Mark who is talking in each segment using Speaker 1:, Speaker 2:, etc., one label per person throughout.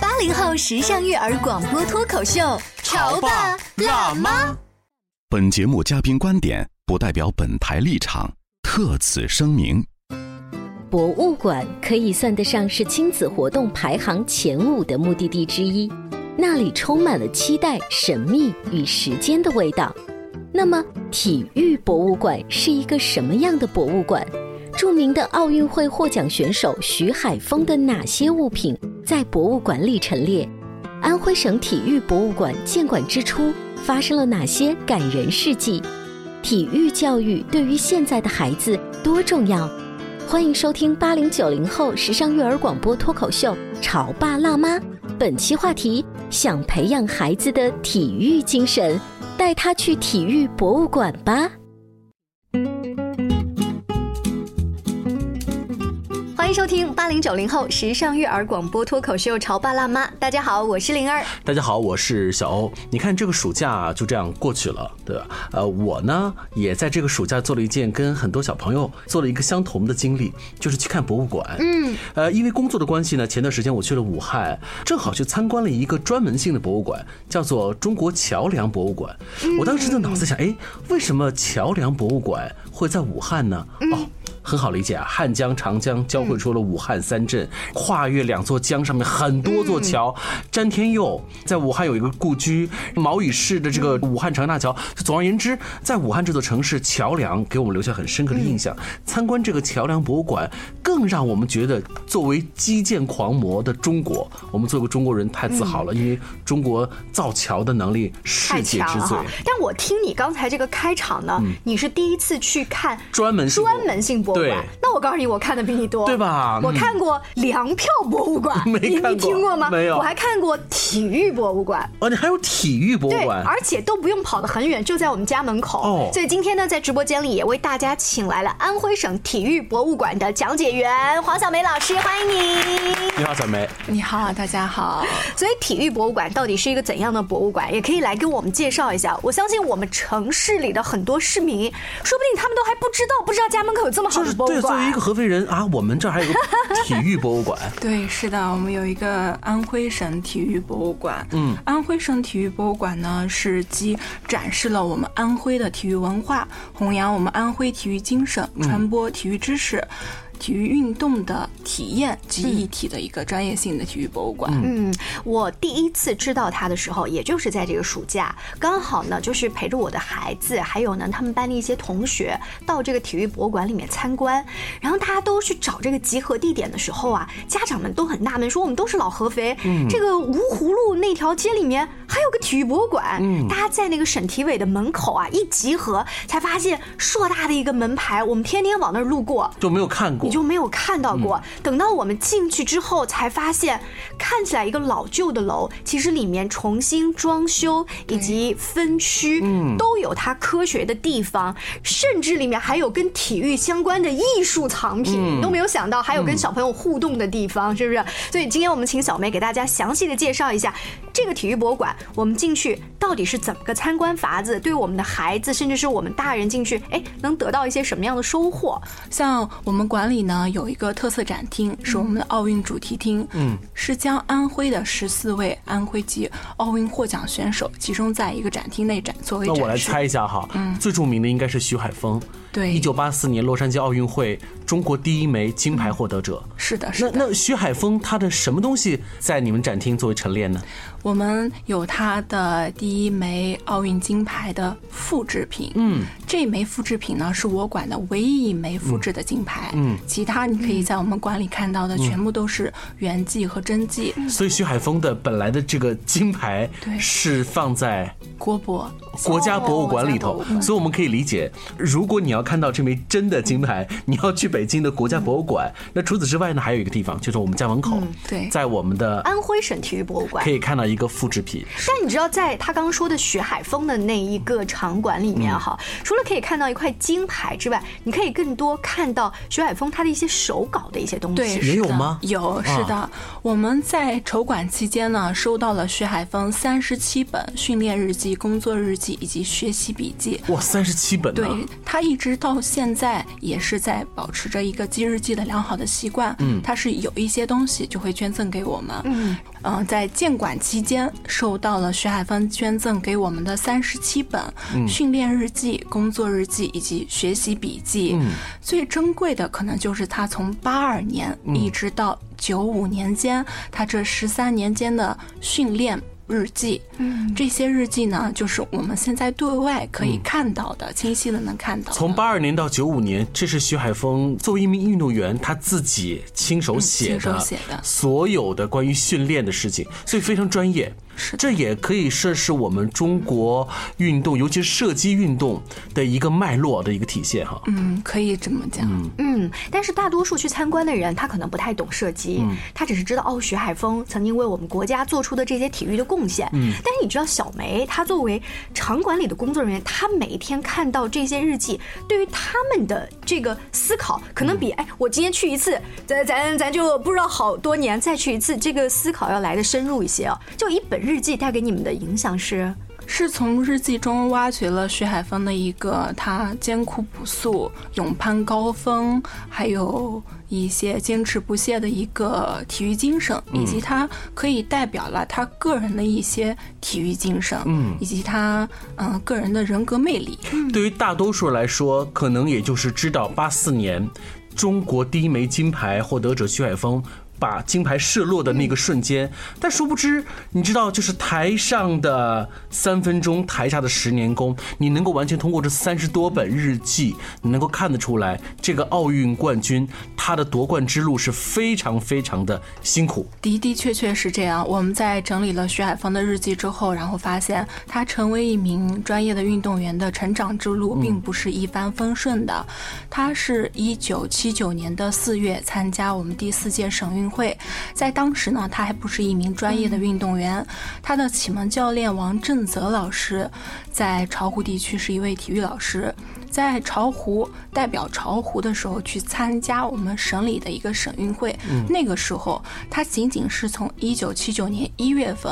Speaker 1: 八零后时尚育儿广播脱口秀，潮爸辣妈。
Speaker 2: 妈。
Speaker 3: 本节目嘉宾观点不代表本台立场，特此声明。
Speaker 4: 博物馆可以算得上是亲子活动排行前五的目的地之一，那里充满了期待、神秘与时间的味道。那么，体育博物馆是一个什么样的博物馆？著名的奥运会获奖选手徐海峰的哪些物品在博物馆里陈列？安徽省体育博物馆建馆之初发生了哪些感人事迹？体育教育对于现在的孩子多重要？欢迎收听八零九零后时尚育儿广播脱口秀《潮爸辣妈》。本期话题：想培养孩子的体育精神，带他去体育博物馆吧。
Speaker 1: 欢迎收听八零九零后时尚育儿广播脱口秀《潮爸辣妈》。大家好，我是灵儿。
Speaker 5: 大家好，我是小欧。你看这个暑假就这样过去了，对吧？呃，我呢也在这个暑假做了一件跟很多小朋友做了一个相同的经历，就是去看博物馆。嗯，呃，因为工作的关系呢，前段时间我去了武汉，正好去参观了一个专门性的博物馆，叫做中国桥梁博物馆。我当时的脑子想，哎，为什么桥梁博物馆会在武汉呢？哦。很好理解啊，汉江、长江交汇出了武汉三镇，跨越两座江，上面很多座桥。詹天佑在武汉有一个故居，毛羽市的这个武汉长大桥。就总而言之，在武汉这座城市，桥梁给我们留下很深刻的印象。参观这个桥梁博物馆，更让我们觉得，作为基建狂魔的中国，我们作为中国人太自豪了，因为中国造桥的能力世
Speaker 6: 太
Speaker 5: 界
Speaker 6: 强
Speaker 5: 之
Speaker 6: 了
Speaker 5: 最
Speaker 6: 哈。！但我听你刚才这个开场呢，你是第一次去看
Speaker 5: 专门性博物
Speaker 6: 专门性博物馆
Speaker 5: 对。
Speaker 6: 那我告诉你，我看的比你多，
Speaker 5: 对吧
Speaker 6: 我
Speaker 5: 嗯
Speaker 6: 看过粮票博物馆，
Speaker 5: 没
Speaker 6: 你
Speaker 5: 看
Speaker 6: 你
Speaker 5: 过
Speaker 6: 听过吗？
Speaker 5: 没有
Speaker 6: 我还看过体育博物馆。
Speaker 5: 哦，你还有体育博
Speaker 6: 对，
Speaker 5: 物馆，
Speaker 6: 而且都不用跑得很远，就在我们家门口。
Speaker 5: 哦
Speaker 6: 所以今天呢，在直播间里也为大家请来了安徽省体育博物馆的讲解员黄小梅老师，欢迎你。
Speaker 5: 你好，小梅。
Speaker 7: 你好，大家好。
Speaker 6: 所以体育博物馆到底是一个怎样的博物馆，也可以来跟我们介绍一下。我相信我们城市里的很多市民，说不定他们都还不知道，不知道家门口有这么好
Speaker 5: 就
Speaker 6: 的
Speaker 5: 是
Speaker 6: 博物
Speaker 5: 对，作为一
Speaker 6: 馆
Speaker 5: 个。合肥人啊，我们这儿还有个体育博物馆，
Speaker 7: 对，是的，我们有一个安徽省体育博物馆。嗯，安徽省体育博物馆呢，是既展示了我们安徽的体育文化，弘扬我们安徽体育精神，传播体育知识。体育运动的体验集一体的一个专业性的体育博物馆，
Speaker 6: 嗯，我第一次知道它的时候，也就是在这个暑假，刚好呢，就是陪着我的孩子，还有呢他们班的一些同学到这个体育博物馆里面参观，然后大家都去找这个集合地点的时候啊，家长们都很纳闷，说我们都是老合肥，这个芜湖路那条街里面还有个体育博物馆，大家在那个省体委的门口啊一集合，才发现硕大的一个门牌，我们天天往那儿路过，
Speaker 5: 就没有看过
Speaker 6: 你。就没有看到过。等到我们进去之后，才发现看起来一个老旧的楼，其实里面重新装修以及分区都有它科学的地方，甚至里面还有跟体育相关的艺术藏品，你都没有想到还有跟小朋友互动的地方，是不是？所以今天我们请小梅给大家详细的介绍一下这个体育博物馆，我们进去到底是怎么个参观法子，对我们的孩子，甚至是我们大人进去，哎，能得到一些什么样的收获？
Speaker 7: 像我们馆里呢有一个特色展厅，是我们的奥运主题厅，嗯，是将安徽的十四位安徽籍奥运获奖选手集中在一个展厅内展作为
Speaker 5: 那
Speaker 7: 展
Speaker 6: 嗯
Speaker 7: 示。
Speaker 5: 我来猜一下哈，最著名的应该是徐海峰，
Speaker 7: 对
Speaker 5: 一九八四年洛杉矶奥运会中国第一枚金
Speaker 6: 嗯
Speaker 5: 牌获得者。
Speaker 7: 是的，是
Speaker 5: 那
Speaker 7: 的。
Speaker 5: 那徐海峰他的什么东西在你们展厅作为陈列
Speaker 6: 嗯
Speaker 5: 呢？
Speaker 7: 我们有他的第一枚奥运金牌的复制品，嗯，这枚复制品呢是我馆的唯一一枚复制的金牌，嗯，其他你可以在我们馆里看到的全部都是原迹和真迹。
Speaker 5: 所以徐海峰的本来的这个金牌
Speaker 7: 对
Speaker 5: 是放在
Speaker 7: 郭博，
Speaker 5: 国家博物馆里头，
Speaker 7: 哦
Speaker 5: 所以我们可以理解，如果你要看到这枚真的金牌，你要去北京的国家博物馆。那除此之外呢，还有一个地方，就是我们家门口，
Speaker 7: 嗯对
Speaker 5: 在我们的
Speaker 6: 安徽省体育博物馆
Speaker 5: 可。以看到一个复制品。
Speaker 6: 但你知道，在他刚刚说的徐海峰的那一个场馆里面哈，
Speaker 5: 嗯
Speaker 6: 除了可以看到一块金牌之外，你可以更多看到徐海峰他的一些手稿的一些东
Speaker 7: 对，
Speaker 6: 西。
Speaker 5: 也
Speaker 7: 是
Speaker 5: 有
Speaker 7: 的
Speaker 5: 吗
Speaker 7: 有，是的。我们在筹馆期间呢，收到了徐海峰三十七本训练日记、工作日记以及学习笔记。
Speaker 5: 哇，三十七本呢、
Speaker 7: 对他一直到现在也是在保持着一个记日记的良好的习惯。嗯，他是有一些东西就会捐赠给我们。嗯，呃、在建馆期间收到了徐海峰捐赠给我们的三十七本训练日记、工作日记以及学习笔记。嗯，最珍贵的可能就是他从八二年一直到九五年间，他这十三年间的训练。日记，嗯，这些日记呢，就是我们现在对外可以看到的，清晰的能看到的。
Speaker 5: 从八二年到九五年，这是徐海峰作为一名运动员，他自己亲手写
Speaker 7: 嗯亲手
Speaker 5: 的，
Speaker 7: 写的
Speaker 5: 所有的关于训练的事情，所以非常专业。
Speaker 7: 是的
Speaker 5: 这也可以说是我们中国运动，尤其是射击运动的一个脉络的一个体现哈。
Speaker 7: 嗯，可以这么讲，
Speaker 6: 嗯，但是大多数去参观的人，他可能不太懂射击，
Speaker 5: 嗯
Speaker 6: 他只是知道哦，徐海峰曾经为我们国家做出的这些体育的贡献。嗯，但是你知道，小梅她作为场馆里的工作人员，她每一天看到这些日记，对于他们的这个思考，可能比、
Speaker 5: 嗯
Speaker 6: 哎，我今天去一次，咱咱咱就不知道好多年再去一次，这个思考要来的深入一些啊。就一本日记带给你们的影响是，
Speaker 7: 是从日记中挖掘了徐海峰的一个他艰苦朴素、勇攀高峰，还有一些坚持不懈的一个体育精神，以及他可以代表了他个人的一些体育精神，嗯，以及他嗯、呃个人的人格魅力。
Speaker 5: 对于大多数人来说，可能也就是知道八四年中国第一枚金牌获得者徐海峰。把金牌射落的那个瞬间，但殊不知，你知道，就是台上的三分钟，台下的十年功。你能够完全通过这三十多本日记，你能够看得出来，这个奥运冠军他的夺冠之路是非常非常的辛苦。
Speaker 7: 的的确确是这样。我们在整理了徐海峰的日记之后，然后发现他成为一名专业的运动员的成长之路并不是一帆风顺的。他是一九七九年的四月参加我们第四届省运会，在当时呢，他还不是一名专业的运动员，他的启蒙教练王振泽老师在巢湖地区是一位体育老师。在巢湖代表巢湖的时候去参加我们省里的一个省运会，那个时候他仅仅是从一九七九年一月份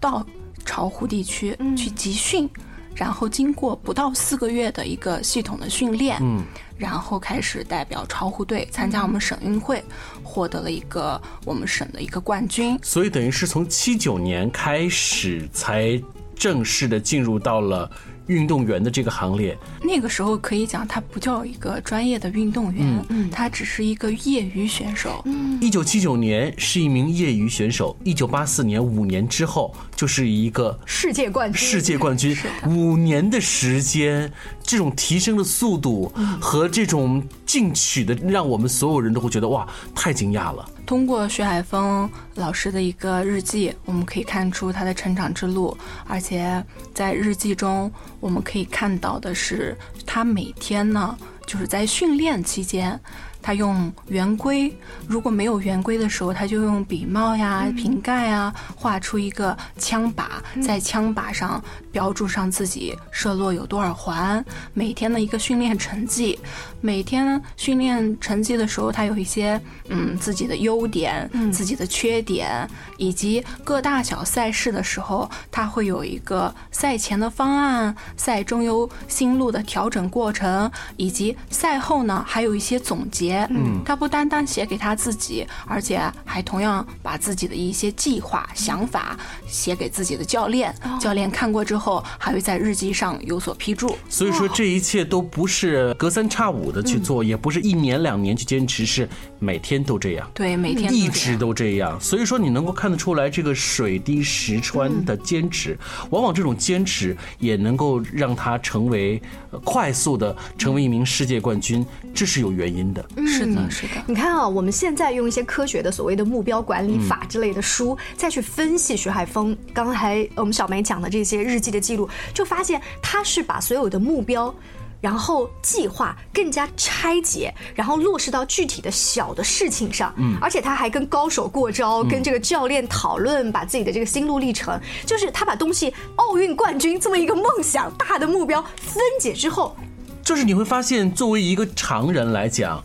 Speaker 7: 到巢湖地区去集训。然后经过不到四个月的一个系统的训练，嗯，然后开始代表巢湖队参加我们省运会，获得了一个我们省的一个冠军。
Speaker 5: 所以等于是从七九年开始才正式的进入到了运动员的这个行列。
Speaker 7: 那个时候可以讲，他不叫一个专业的运动员，他只是一个业余选手。
Speaker 5: 一九七九年是一名业余选手，一九八四年五年之后就是一个
Speaker 6: 世界冠军
Speaker 5: 世界冠军。五年的时间，这种提升的速度和这种进取的，让我们所有人都会觉得哇，太惊讶了。
Speaker 7: 通过徐海峰老师的一个日记，我们可以看出他的成长之路，而且在日记中，我们可以看到的是，他每天呢，就是在训练期间。他用圆规，如果没有圆规的时候，他就用笔帽呀、瓶盖呀画出一个枪靶，在枪靶上标注上自己射落有多少环，每天的一个训练成绩，每天训练成绩的时候，他有一些嗯自己的优点、自己的缺点，以及各大小赛事的时候，他会有一个赛前的方案、赛中有心路的调整过程，以及赛后呢还有一些总结。写，嗯，他不单单写给他自己，而且还同样把自己的一些计划、想法写给自己的教练，教练看过之后还会在日记上有所批注。
Speaker 5: 所以说这一切都不是隔三差五的去做，也不是一年两年去坚持，是每天都这样。
Speaker 7: 对，每天都
Speaker 5: 嗯一
Speaker 7: 这样
Speaker 5: 直都这样，所以说你能够看得出来这个水滴石穿的坚持，往往这种坚持也能够让他成为呃快速的成为一名世界冠军，这是有原因的。
Speaker 7: 是的，是的。
Speaker 6: 你看啊，我们现在用一些科学的所谓的目标管理法之类的书，再去分析徐海峰刚才我们小梅讲的这些日记的记录，就发现他是把所有的目标。然后计划更加拆解，然后落实到具体的小的事情上，嗯，而且他还跟高手过招，跟这个教练讨论，把自己的这个心路历程，就是他把东西奥运冠军这么一个梦想大的目标分解之后，
Speaker 5: 就是你会发现，作为一个常人来讲，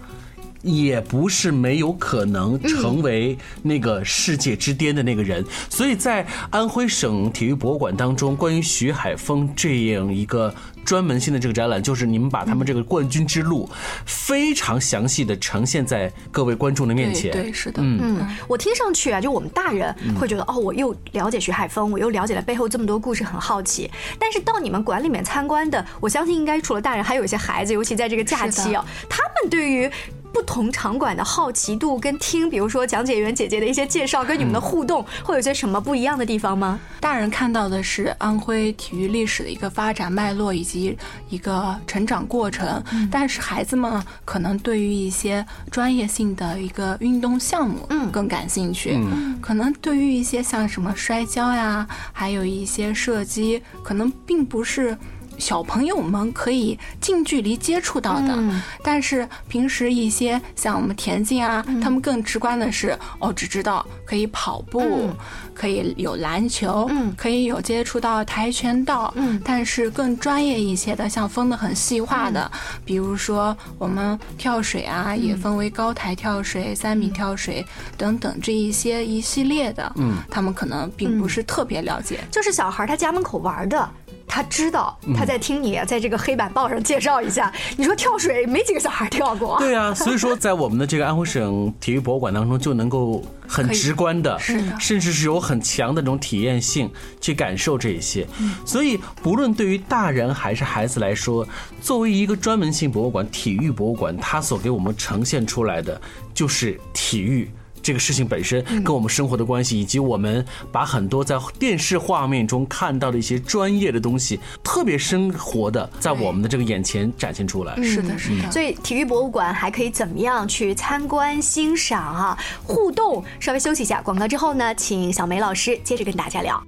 Speaker 5: 也不是没有可能成为那个世界之巅的那个人。所以在安徽省体育博物馆当中，关于徐海峰这样一个专门性的这个展览，就是你们把他们这个冠军之路非常详细的呈现在各位观众的面前。
Speaker 7: 对对，是的，嗯，
Speaker 6: 嗯，我听上去啊，就我们大人会觉得、哦，我又了解徐海峰，我又了解了背后这么多故事，很好奇。但是到你们馆里面参观的，我相信应该除了大人，还有一些孩子，尤其在这个假期啊，他们对于。不同场馆的好奇度跟听，比如说讲解员姐姐的一些介绍，跟你们的互动，会有些什么不一样的地方吗？
Speaker 7: 大人看到的是安徽体育历史的一个发展脉络以及一个成长过程，但是孩子们呢可能对于一些专业性的一个运动项目，
Speaker 6: 嗯
Speaker 7: 更感兴趣。可能对于一些像什么摔跤呀，还有一些射击，可能并不是。小朋友们可以近距离接触到的，但是平时一些像我们田径啊，他们更直观的是哦，只知道可以跑步，可以有篮球，
Speaker 6: 嗯
Speaker 7: 可以有接触到跆拳道，
Speaker 6: 嗯
Speaker 7: 但是更专业一些的，像分的很细化的，
Speaker 6: 嗯
Speaker 7: 比如说我们跳水啊，也分为高台跳水、
Speaker 6: 嗯
Speaker 7: 三米跳水等等这一些一系列的，嗯，他们可能并
Speaker 6: 嗯
Speaker 7: 不是特别了解，
Speaker 6: 就是小孩他家门口玩的。他知道他在听你啊在这个黑板报上介绍一下，你说跳水没几个小孩跳过，
Speaker 5: 对啊，所以说在我们的这个安徽省体育博物馆当中，就能够很直观的，
Speaker 7: 是的
Speaker 5: 甚至是有很强的这种体验性去感受这一些。
Speaker 7: 嗯
Speaker 5: 所以，不论对于大人还是孩子来说，作为一个专门性博物馆——体育博物馆，它所给我们呈现出来的就是体育。这个事情本身
Speaker 7: 嗯
Speaker 5: 跟我们生活的关系，以及我们把很多在电视画面中看到的一些专业的东西，特别生活的，在我们的这个眼前展现出
Speaker 6: 嗯
Speaker 5: 来。
Speaker 7: 是的，是的，
Speaker 6: 所以体育博物馆还可以怎么样去参观、欣赏啊、互动？稍微休息一下，广告之后呢，请小梅老师接着跟大家聊。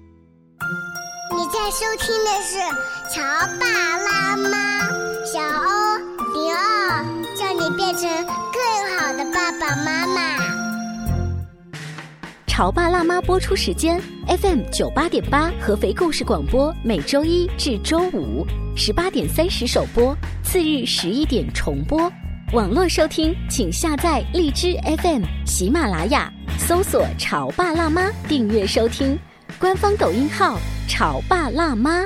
Speaker 8: 你在收听的是《潮爸辣妈》，小欧零二，叫你变成更好的爸爸妈妈。
Speaker 4: 《潮爸辣妈》播出时间：FM 九八点八合肥故事广播，每周一至周五十八点三十首播，次日十一点重播。网络收听，请下载荔枝 FM、喜马拉雅，搜索“潮爸辣妈”订阅收听。官方抖音号“潮爸辣妈”。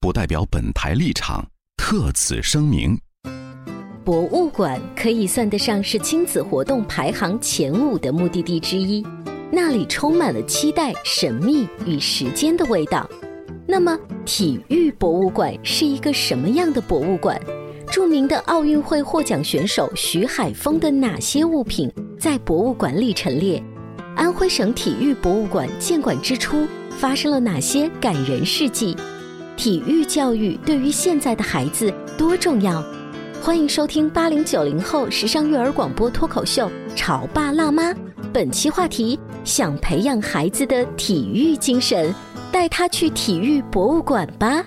Speaker 3: 不代表本台立场，特此声明。
Speaker 4: 博物馆可以算得上是亲子活动排行前五的目的地之一，那里充满了期待、神秘与时间的味道。那么，体育博物馆是一个什么样的博物馆？著名的奥运会获奖选手徐海峰的哪些物品在博物馆里陈列？安徽省体育博物馆建馆之初发生了哪些感人事迹？体育教育对于现在的孩子多重要？欢迎收听八零九零后时尚育儿广播脱口秀《潮爸辣妈》。本期话题：想培养孩子的体育精神，带他去体育博物馆吧。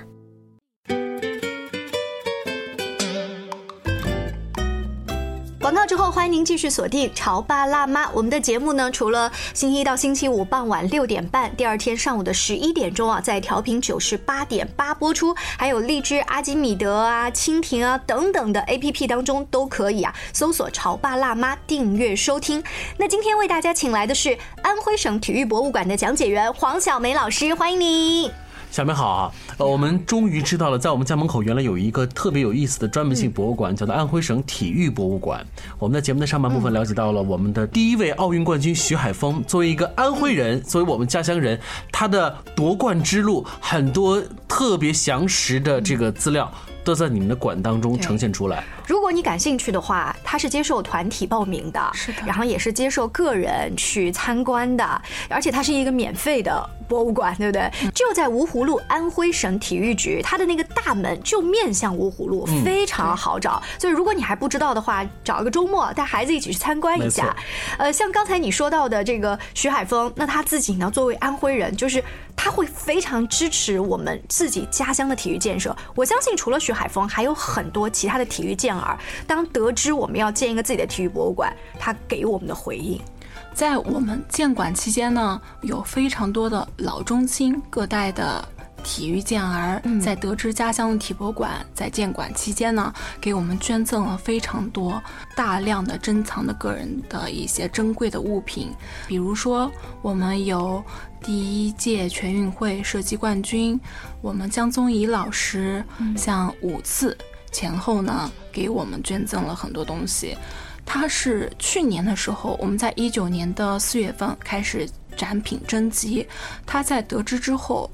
Speaker 1: 广告之后，欢迎您继续锁定《潮爸辣妈》。我们的节目呢，除了星期一到星期五傍晚六点半，第二天上午的十一点钟啊，在调频九十八点八播出，还有荔枝、阿基米德啊、蜻蜓啊等等的 APP 当中都可以啊，搜索《潮爸辣妈》订阅收听。那今天为大家请来的是安徽省体育博物馆的讲解员黄小梅老师，欢迎你。
Speaker 5: 小梅好啊，呃，我们终于知道了，在我们家门口原来有一个特别有意思的专门性博物馆，叫做安徽省体育博物馆。我们在节目的上半部分了解到了我们的第一位奥运冠军徐海峰，作为一个安徽人，作为我们家乡人，他的夺冠之路很多特别详实的这个资料都在你们的馆当中呈现出来。
Speaker 6: 如果你感兴趣的话，它是接受团体报名的，是的，然后也是接受个人去参观的，而且它是一个免费的博物馆，对不对？
Speaker 5: 嗯
Speaker 6: 就在芜湖路安徽省体育局，它的那个大门就面向芜湖路，
Speaker 5: 嗯
Speaker 6: 非常好找。所以如果你还不知道的话，找一个周末带孩子一起去参观一
Speaker 5: 没
Speaker 6: 下
Speaker 5: 错。
Speaker 6: 呃，像刚才你说到的这个徐海峰，那他自己呢，作为安徽人，就是他会非常支持我们自己家乡的体育建设。我相信除了徐海峰，还有很多其他的体育健儿，当得知我们要建一个自己的体育博物馆，他给我们的回应。
Speaker 7: 在我们建馆期间呢，有非常多的老中青各代的体育健儿，在得知家乡的体博馆在建馆期间呢，给我们捐赠了非常多大量的珍藏的个人的一些珍贵的物品，比如说我们有第一届全运会射击冠军，我们江宗仪老师
Speaker 6: 嗯
Speaker 7: 像五次前后呢给我们捐赠了很多东西。它是去年的时候，我们在一九年的四月份开始展品征集，他在得知之后，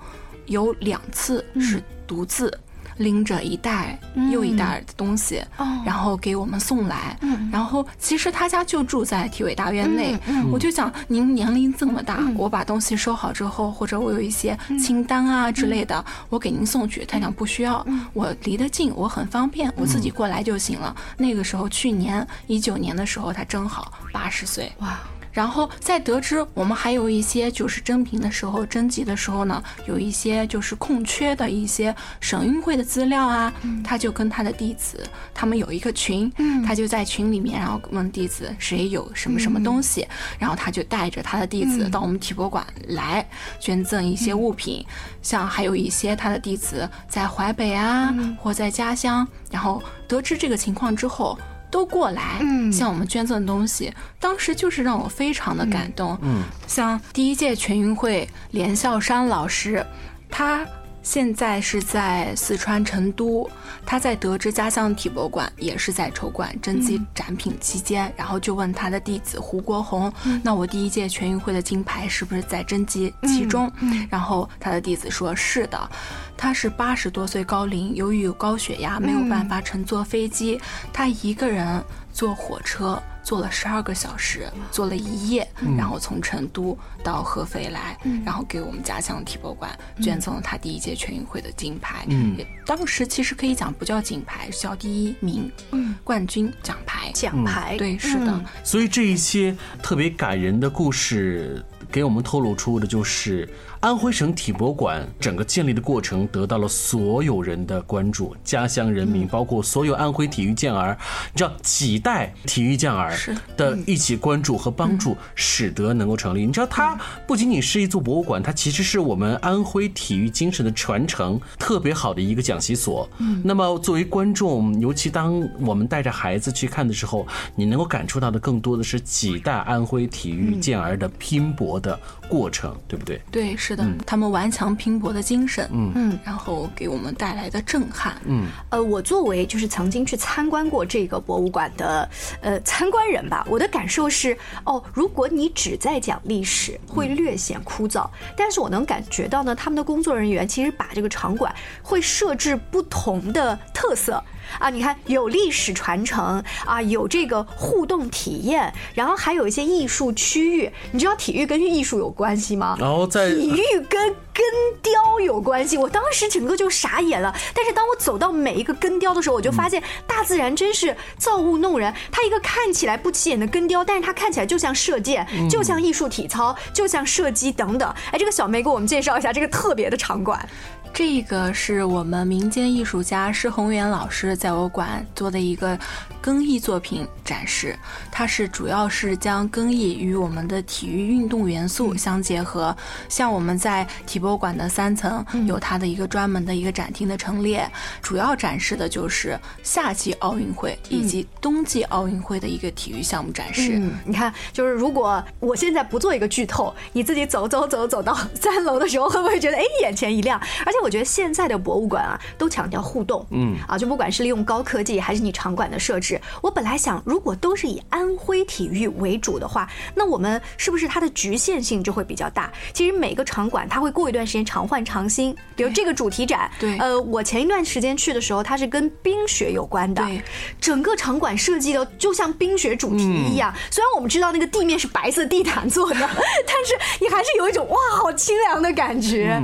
Speaker 7: 有两次是独自。拎着一袋又一袋的东西，
Speaker 6: 嗯哦
Speaker 7: 然后给我们送来。
Speaker 6: 嗯
Speaker 7: 然后其实他家就住在体委大院内，
Speaker 6: 嗯嗯
Speaker 7: 我就想您年龄这么大，我把东西收好之后，或者我有一些
Speaker 6: 嗯
Speaker 7: 清单啊之类的，我给您送去。他讲不需要，
Speaker 6: 嗯
Speaker 7: 我离得近，我很方便，我自己过来就行了。那个时候，去年一九年的时候，他正好八十岁。
Speaker 6: 哇！
Speaker 7: 然后在得知我们还有一些就是征评的时候、征集的时候呢，有一些就是空缺的一些省运会的资料啊，他就跟他的弟子，他们有一个群，
Speaker 6: 嗯
Speaker 7: 他就在群里面，然后问弟子谁有什么什么东西，然后他就带着他的弟子
Speaker 6: 嗯
Speaker 7: 到我们体博馆来捐赠一些物品，像还有一些他的弟子在淮北啊、或在家乡，然后得知这个情况之后。都过来，
Speaker 6: 嗯
Speaker 7: 向我们捐赠东西，当时就是让我非常的感动。
Speaker 5: 嗯，
Speaker 7: 像第一届全运会，连孝山老师，他现在是在四川成都，他在得知家乡体博馆也是在筹馆征集
Speaker 6: 嗯
Speaker 7: 展品期间，然后就问他的弟子胡国红，
Speaker 6: 嗯
Speaker 7: 那我第一届全运会的金牌是不是在征集其中？
Speaker 6: 嗯嗯
Speaker 7: 然后他的弟子说是的，他是八十多岁高龄，由于有高血压，
Speaker 6: 嗯
Speaker 7: 没有办法乘坐飞机，他一个人坐火车坐了十二个小时，坐了一夜，
Speaker 6: 嗯
Speaker 7: 然后从成都到合肥来，
Speaker 6: 嗯
Speaker 7: 然后给我们家乡体博馆
Speaker 6: 嗯
Speaker 7: 捐赠了他第一届全运会的金牌。
Speaker 5: 嗯
Speaker 7: 也当时其实可以讲不叫金牌，是叫第一名、
Speaker 6: 嗯
Speaker 7: 冠军奖牌。
Speaker 6: 奖牌，
Speaker 7: 对，是的。
Speaker 6: 嗯
Speaker 5: 所以这一些特别感人的故事，给我们透露出的就是安徽省体博馆整个建立的过程得到了所有人的关注，家乡人民，包括所有安徽体育健儿，你知道几代体育健儿
Speaker 7: 是
Speaker 5: 的一起关注和帮助，使得能够成立。你知道，它不仅仅是一座博物馆，它其实是我们安徽体育精神的传承特别好的一个讲习所。那么作为观众，尤其当我们带着孩子去看的时候，你能够感触到的更多的是几代安徽体育健儿的拼搏的过程，对不对？
Speaker 7: 对，是的，
Speaker 5: 嗯
Speaker 7: 他们顽强拼搏的精神，
Speaker 5: 嗯
Speaker 6: 嗯
Speaker 7: 然后给我们带来的震撼，
Speaker 5: 嗯，
Speaker 6: 呃，我作为就是曾经去参观过这个博物馆的呃参观人吧，我的感受是，哦，如果你只在讲历史，会略显枯燥。但是我能感觉到呢，他们的工作人员其实把这个场馆会设置不同的特色。啊，你看有历史传承啊，有这个互动体验，然后还有一些艺术区域。你知道体育跟艺术有关系吗？
Speaker 5: 然后在
Speaker 6: 体育跟根雕有关系，我当时整个就傻眼了。但是当我走到每一个根雕的时候，我就发现大自然真是造物弄人。它一个看起来不起眼的根雕，但是它看起来就像射箭，就像艺术体操，就像射击等等。哎，这个小梅给我们介绍一下这个特别的场馆。
Speaker 7: 这个是我们民间艺术家施宏元老师在我馆做的一个更艺作品展示，它是主要是将更艺与我们的体育运动元素相结合。
Speaker 6: 嗯
Speaker 7: 像我们在体博馆的三层有它的一个专门的一个展厅的陈列，主要展示的就是夏季奥运会以及冬季奥运会的一个体育项目展示。
Speaker 6: 嗯，你看，就是如果我现在不做一个剧透，你自己走走走走到 三楼的时候，会不会觉得哎眼前一亮？而且我觉得现在的博物馆啊，都强调互动，嗯啊，就不管是利用高科技还是你场馆的设置，我本来想，如果都是以安徽体育为主的话，那我们是不是它的局限性就会比较大？其实每个场馆它会过一段时间常换常新，比如这个主题展，
Speaker 7: 对，
Speaker 6: 呃，我前一段时间去的时候，它是跟冰雪有关的，
Speaker 7: 对，
Speaker 6: 整个场馆设计的就像冰雪主题一
Speaker 7: 嗯
Speaker 6: 样，虽然我们知道那个地面是白色地毯 做的，但是你还是有一种哇，好清凉的感觉。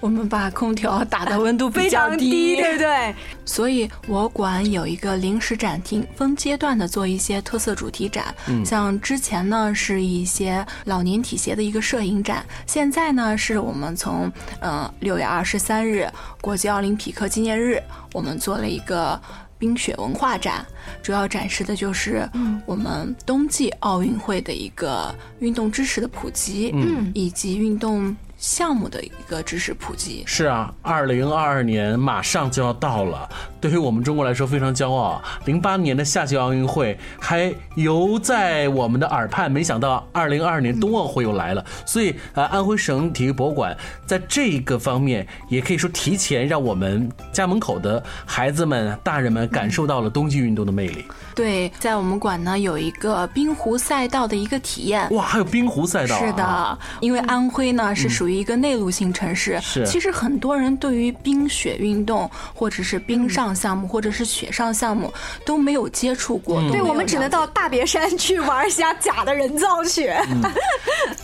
Speaker 7: 我们把空调打的温度嗯 比
Speaker 6: 非
Speaker 7: 较嗯
Speaker 6: 常低，对不对？
Speaker 7: 所以我馆有一个临时展厅，分阶段的做一些特色主题展。嗯，像之前呢是一些老年体协的一个摄影展，现在呢是我们从呃六月二十三日国际奥林匹克纪念日，我们做了一个。冰雪文化展主要展示的就是我们冬季奥运会的一个运动知识的普及，嗯，以及运动项目的一个知识普及。
Speaker 5: 是啊，二零二二年马上就要到了，对于我们中国来说非常骄傲。啊零八年的夏季奥运会还犹在我们的耳畔，没想到二零二二年冬奥会又来了。所以，呃，安徽省体育博物馆在这个方面也可以说提前让我们家门口的孩子们、大人们感受到了冬季运动的魅力。
Speaker 7: 对，在我们馆呢有一个冰湖赛道的一个体验。
Speaker 5: 哇，还有冰湖赛道、啊，
Speaker 7: 是的，因为安徽呢是属于一个内陆型城市，
Speaker 5: 是
Speaker 7: 其实很多人对于冰雪运动或者是冰上项目、或者是雪上项目都没有接触过。
Speaker 5: 嗯
Speaker 7: 都
Speaker 6: 对，
Speaker 7: 没有
Speaker 6: 我们只能
Speaker 7: 了解
Speaker 6: 到大别山去玩一下假的人造雪。
Speaker 7: 嗯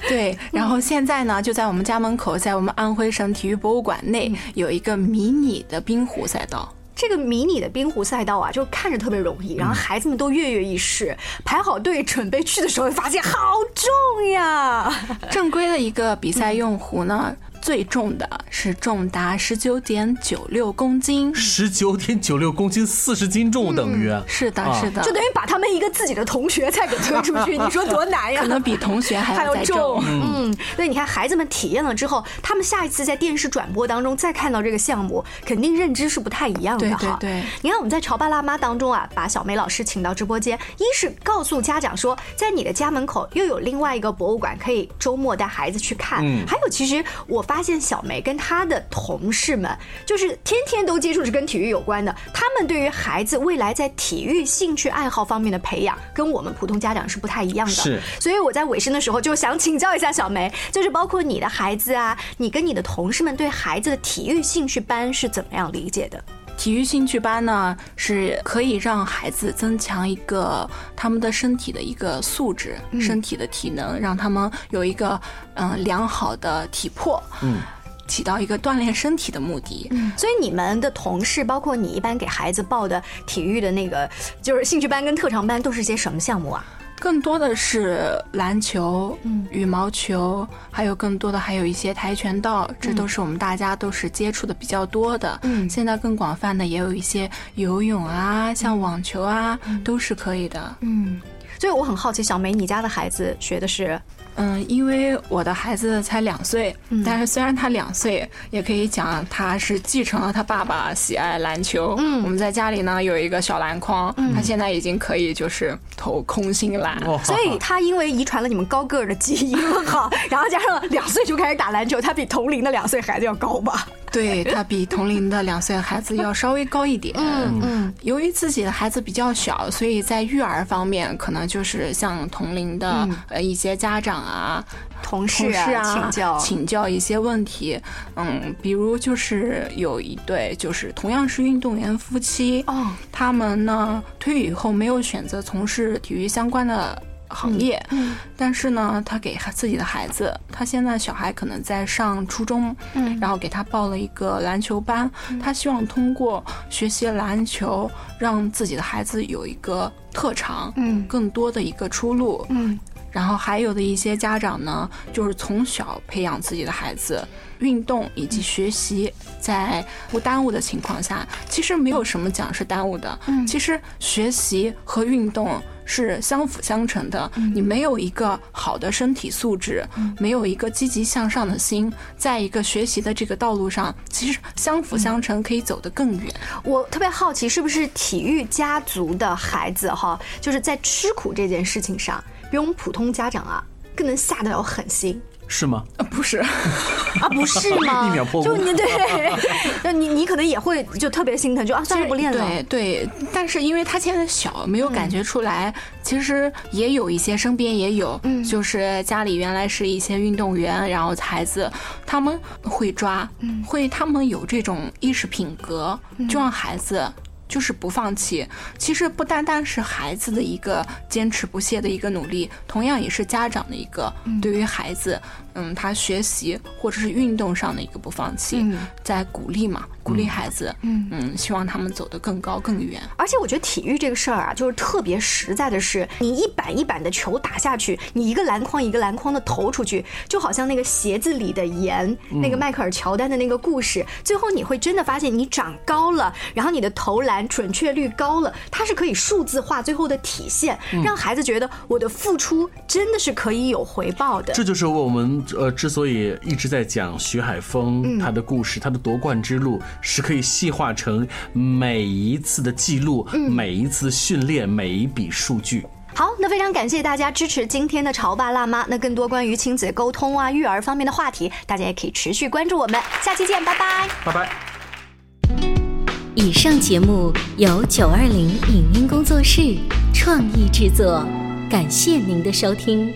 Speaker 7: 对，然后现在呢，就在我们家门口，在我们安徽省体育博物馆
Speaker 5: 嗯
Speaker 7: 内有一个迷你的冰湖赛道。
Speaker 6: 这个迷你的冰湖赛道啊，就看着特别容易，然
Speaker 7: 嗯
Speaker 6: 后孩子们都跃跃欲试，排好队准备去的时候，发现好重呀！
Speaker 7: 嗯正规的一个比赛用壶呢，最重的是重达十九点九六公斤。
Speaker 5: 十九点九六公斤，四十斤重等于、
Speaker 7: 是的，
Speaker 5: 啊
Speaker 7: 是的，
Speaker 6: 就等于把他们一个自己的同学菜给推出 去，你说多难呀？
Speaker 7: 可能比同学还
Speaker 6: 还要
Speaker 7: 要再
Speaker 6: 重
Speaker 7: 重。，
Speaker 6: 嗯，对，你看孩子们体验了之后，他们下一次在电视转播当中再看到这个项目，肯定认知是不太一样的
Speaker 7: 对对
Speaker 6: 哈。
Speaker 7: 对，
Speaker 6: 你看我们在《潮爸辣妈》当中啊，把小梅老师请到直播间，一是告诉家长说，在你的家门口又有另外一个博物馆可以周末带孩子去看，
Speaker 5: 嗯
Speaker 6: 还有其实我发现小梅跟她的同事们，就是天天都接触是跟体育有关的，他们对于孩子未来在体育兴趣爱好方面的培养，跟我们普通家嗯长是不太一样的。
Speaker 5: 是
Speaker 6: 所以我在尾声的时候就想请教一下小梅，就是包括你的孩子啊，你跟你的同事们对孩子的体育兴趣班是怎么样理解的？
Speaker 7: 体育兴趣班呢，是可以让孩子增强一个他们的身体的一个素质，
Speaker 6: 嗯
Speaker 7: 身体的体能，让他们有一个嗯、呃良好的体魄，嗯，起到一个锻炼身体的目的。
Speaker 6: 所以你们的同事，包括你一般给孩子报的体育的那个，就是兴趣班跟特长班，都是些什么项目啊？
Speaker 7: 更多的是篮球、
Speaker 6: 嗯
Speaker 7: 羽毛球，还有更多的还有一些跆拳道，这都是我们大家都是接触的比较多的。
Speaker 6: 嗯
Speaker 7: 现在更广泛的也有一些游泳啊，像网球啊，都是可以的。
Speaker 6: 嗯，所以我很好奇，小梅，你家的孩子学的是？
Speaker 7: 嗯，因为我的孩子才两岁，
Speaker 6: 嗯
Speaker 7: 但是虽然他两岁，也可以讲他是继承了他爸爸喜爱篮球。嗯，我们在家里呢有一个小篮筐，
Speaker 6: 嗯
Speaker 7: 他现在已经可以就是投空心篮。
Speaker 5: 哦
Speaker 6: 所以他因为遗传了你们高个儿的基因哈，然后加上两岁就开始打篮球，他比同龄的两岁孩子要高吧？
Speaker 7: 对他比同龄的两岁孩子要稍微高一点。嗯嗯，由于自己的孩子比较小，所以在育儿方面，可能就是像同龄的、呃一些家长啊、
Speaker 6: 同
Speaker 7: 同
Speaker 6: 事
Speaker 7: 事
Speaker 6: 啊，
Speaker 7: 啊
Speaker 6: 请教。
Speaker 7: 请教一些问题。嗯，比如就是有一对就是同样是运动员夫妻，
Speaker 6: 哦，
Speaker 7: 他们呢退役以后没有选择从事体育相关的。行业，
Speaker 6: 嗯
Speaker 7: 但是呢，他给自己的孩子，他现在小孩可能在上初中，
Speaker 6: 嗯
Speaker 7: 然后给他报了一个篮球班，他希望通过学习篮球，让自己的孩子有一个特长，
Speaker 6: 嗯
Speaker 7: 更多的一个出路，
Speaker 6: 嗯，
Speaker 7: 然后还有的一些家长呢，就是从小培养自己的孩子运动以及学习，在不耽误的情况下，其实没有什么讲是耽误的。嗯，其实学习和运动。是相辅相成的。你没有一个好的身体素质，没有一个积极向上的心，在一个学习的这个道路上，其实相辅相成，可以走得更远。
Speaker 6: 我特别好奇，是不是体育家族的孩子哈，就是在吃苦这件事情上，比我们普通家长啊更能下得了狠心。
Speaker 5: 是吗？
Speaker 7: 啊，不是，
Speaker 6: 啊，不是吗？
Speaker 5: 一秒破
Speaker 6: 就你对， 就你你可能也会就特别心疼，就啊，算了，不练了。
Speaker 7: 对对，但是因为他现在小，没有感觉出来。嗯、其实也有一些身边也有，嗯、就是家里原来是一些运动员，然后孩子他们会抓，嗯、会他们有这种意识品格，就让孩子。就是不放弃，其实不单单是孩子的一个坚持不懈的一个努力，同样也是家长的一个对于孩子，嗯,嗯，他学习或者是运动上的一个不放弃，嗯、在鼓励嘛，鼓励孩子，嗯嗯，希望他们走得更高更远。
Speaker 6: 而且我觉得体育这个事儿啊，就是特别实在的是，你一板一板的球打下去，你一个篮筐一个篮筐的投出去，就好像那个鞋子里的盐，嗯、那个迈克尔乔丹的那个故事，最后你会真的发现你长高了，然后你的投篮。准确率高了，它是可以数字化最后的体现，让孩子觉得我的付出真的是可以有回报的。
Speaker 5: 这就是我们呃之所以一直在讲徐海峰他的故事，他的夺冠之路是可以细化成每一次的记录、每一次训练、每一笔数据。
Speaker 6: 好，那非常感谢大家支持今天的潮爸辣妈。那更多关于亲子沟通啊、育儿方面的话题，大家也可以持续关注我们。下期见，拜拜，
Speaker 5: 拜拜。
Speaker 4: 以上节目由九二零影音工作室创意制作，感谢您的收听。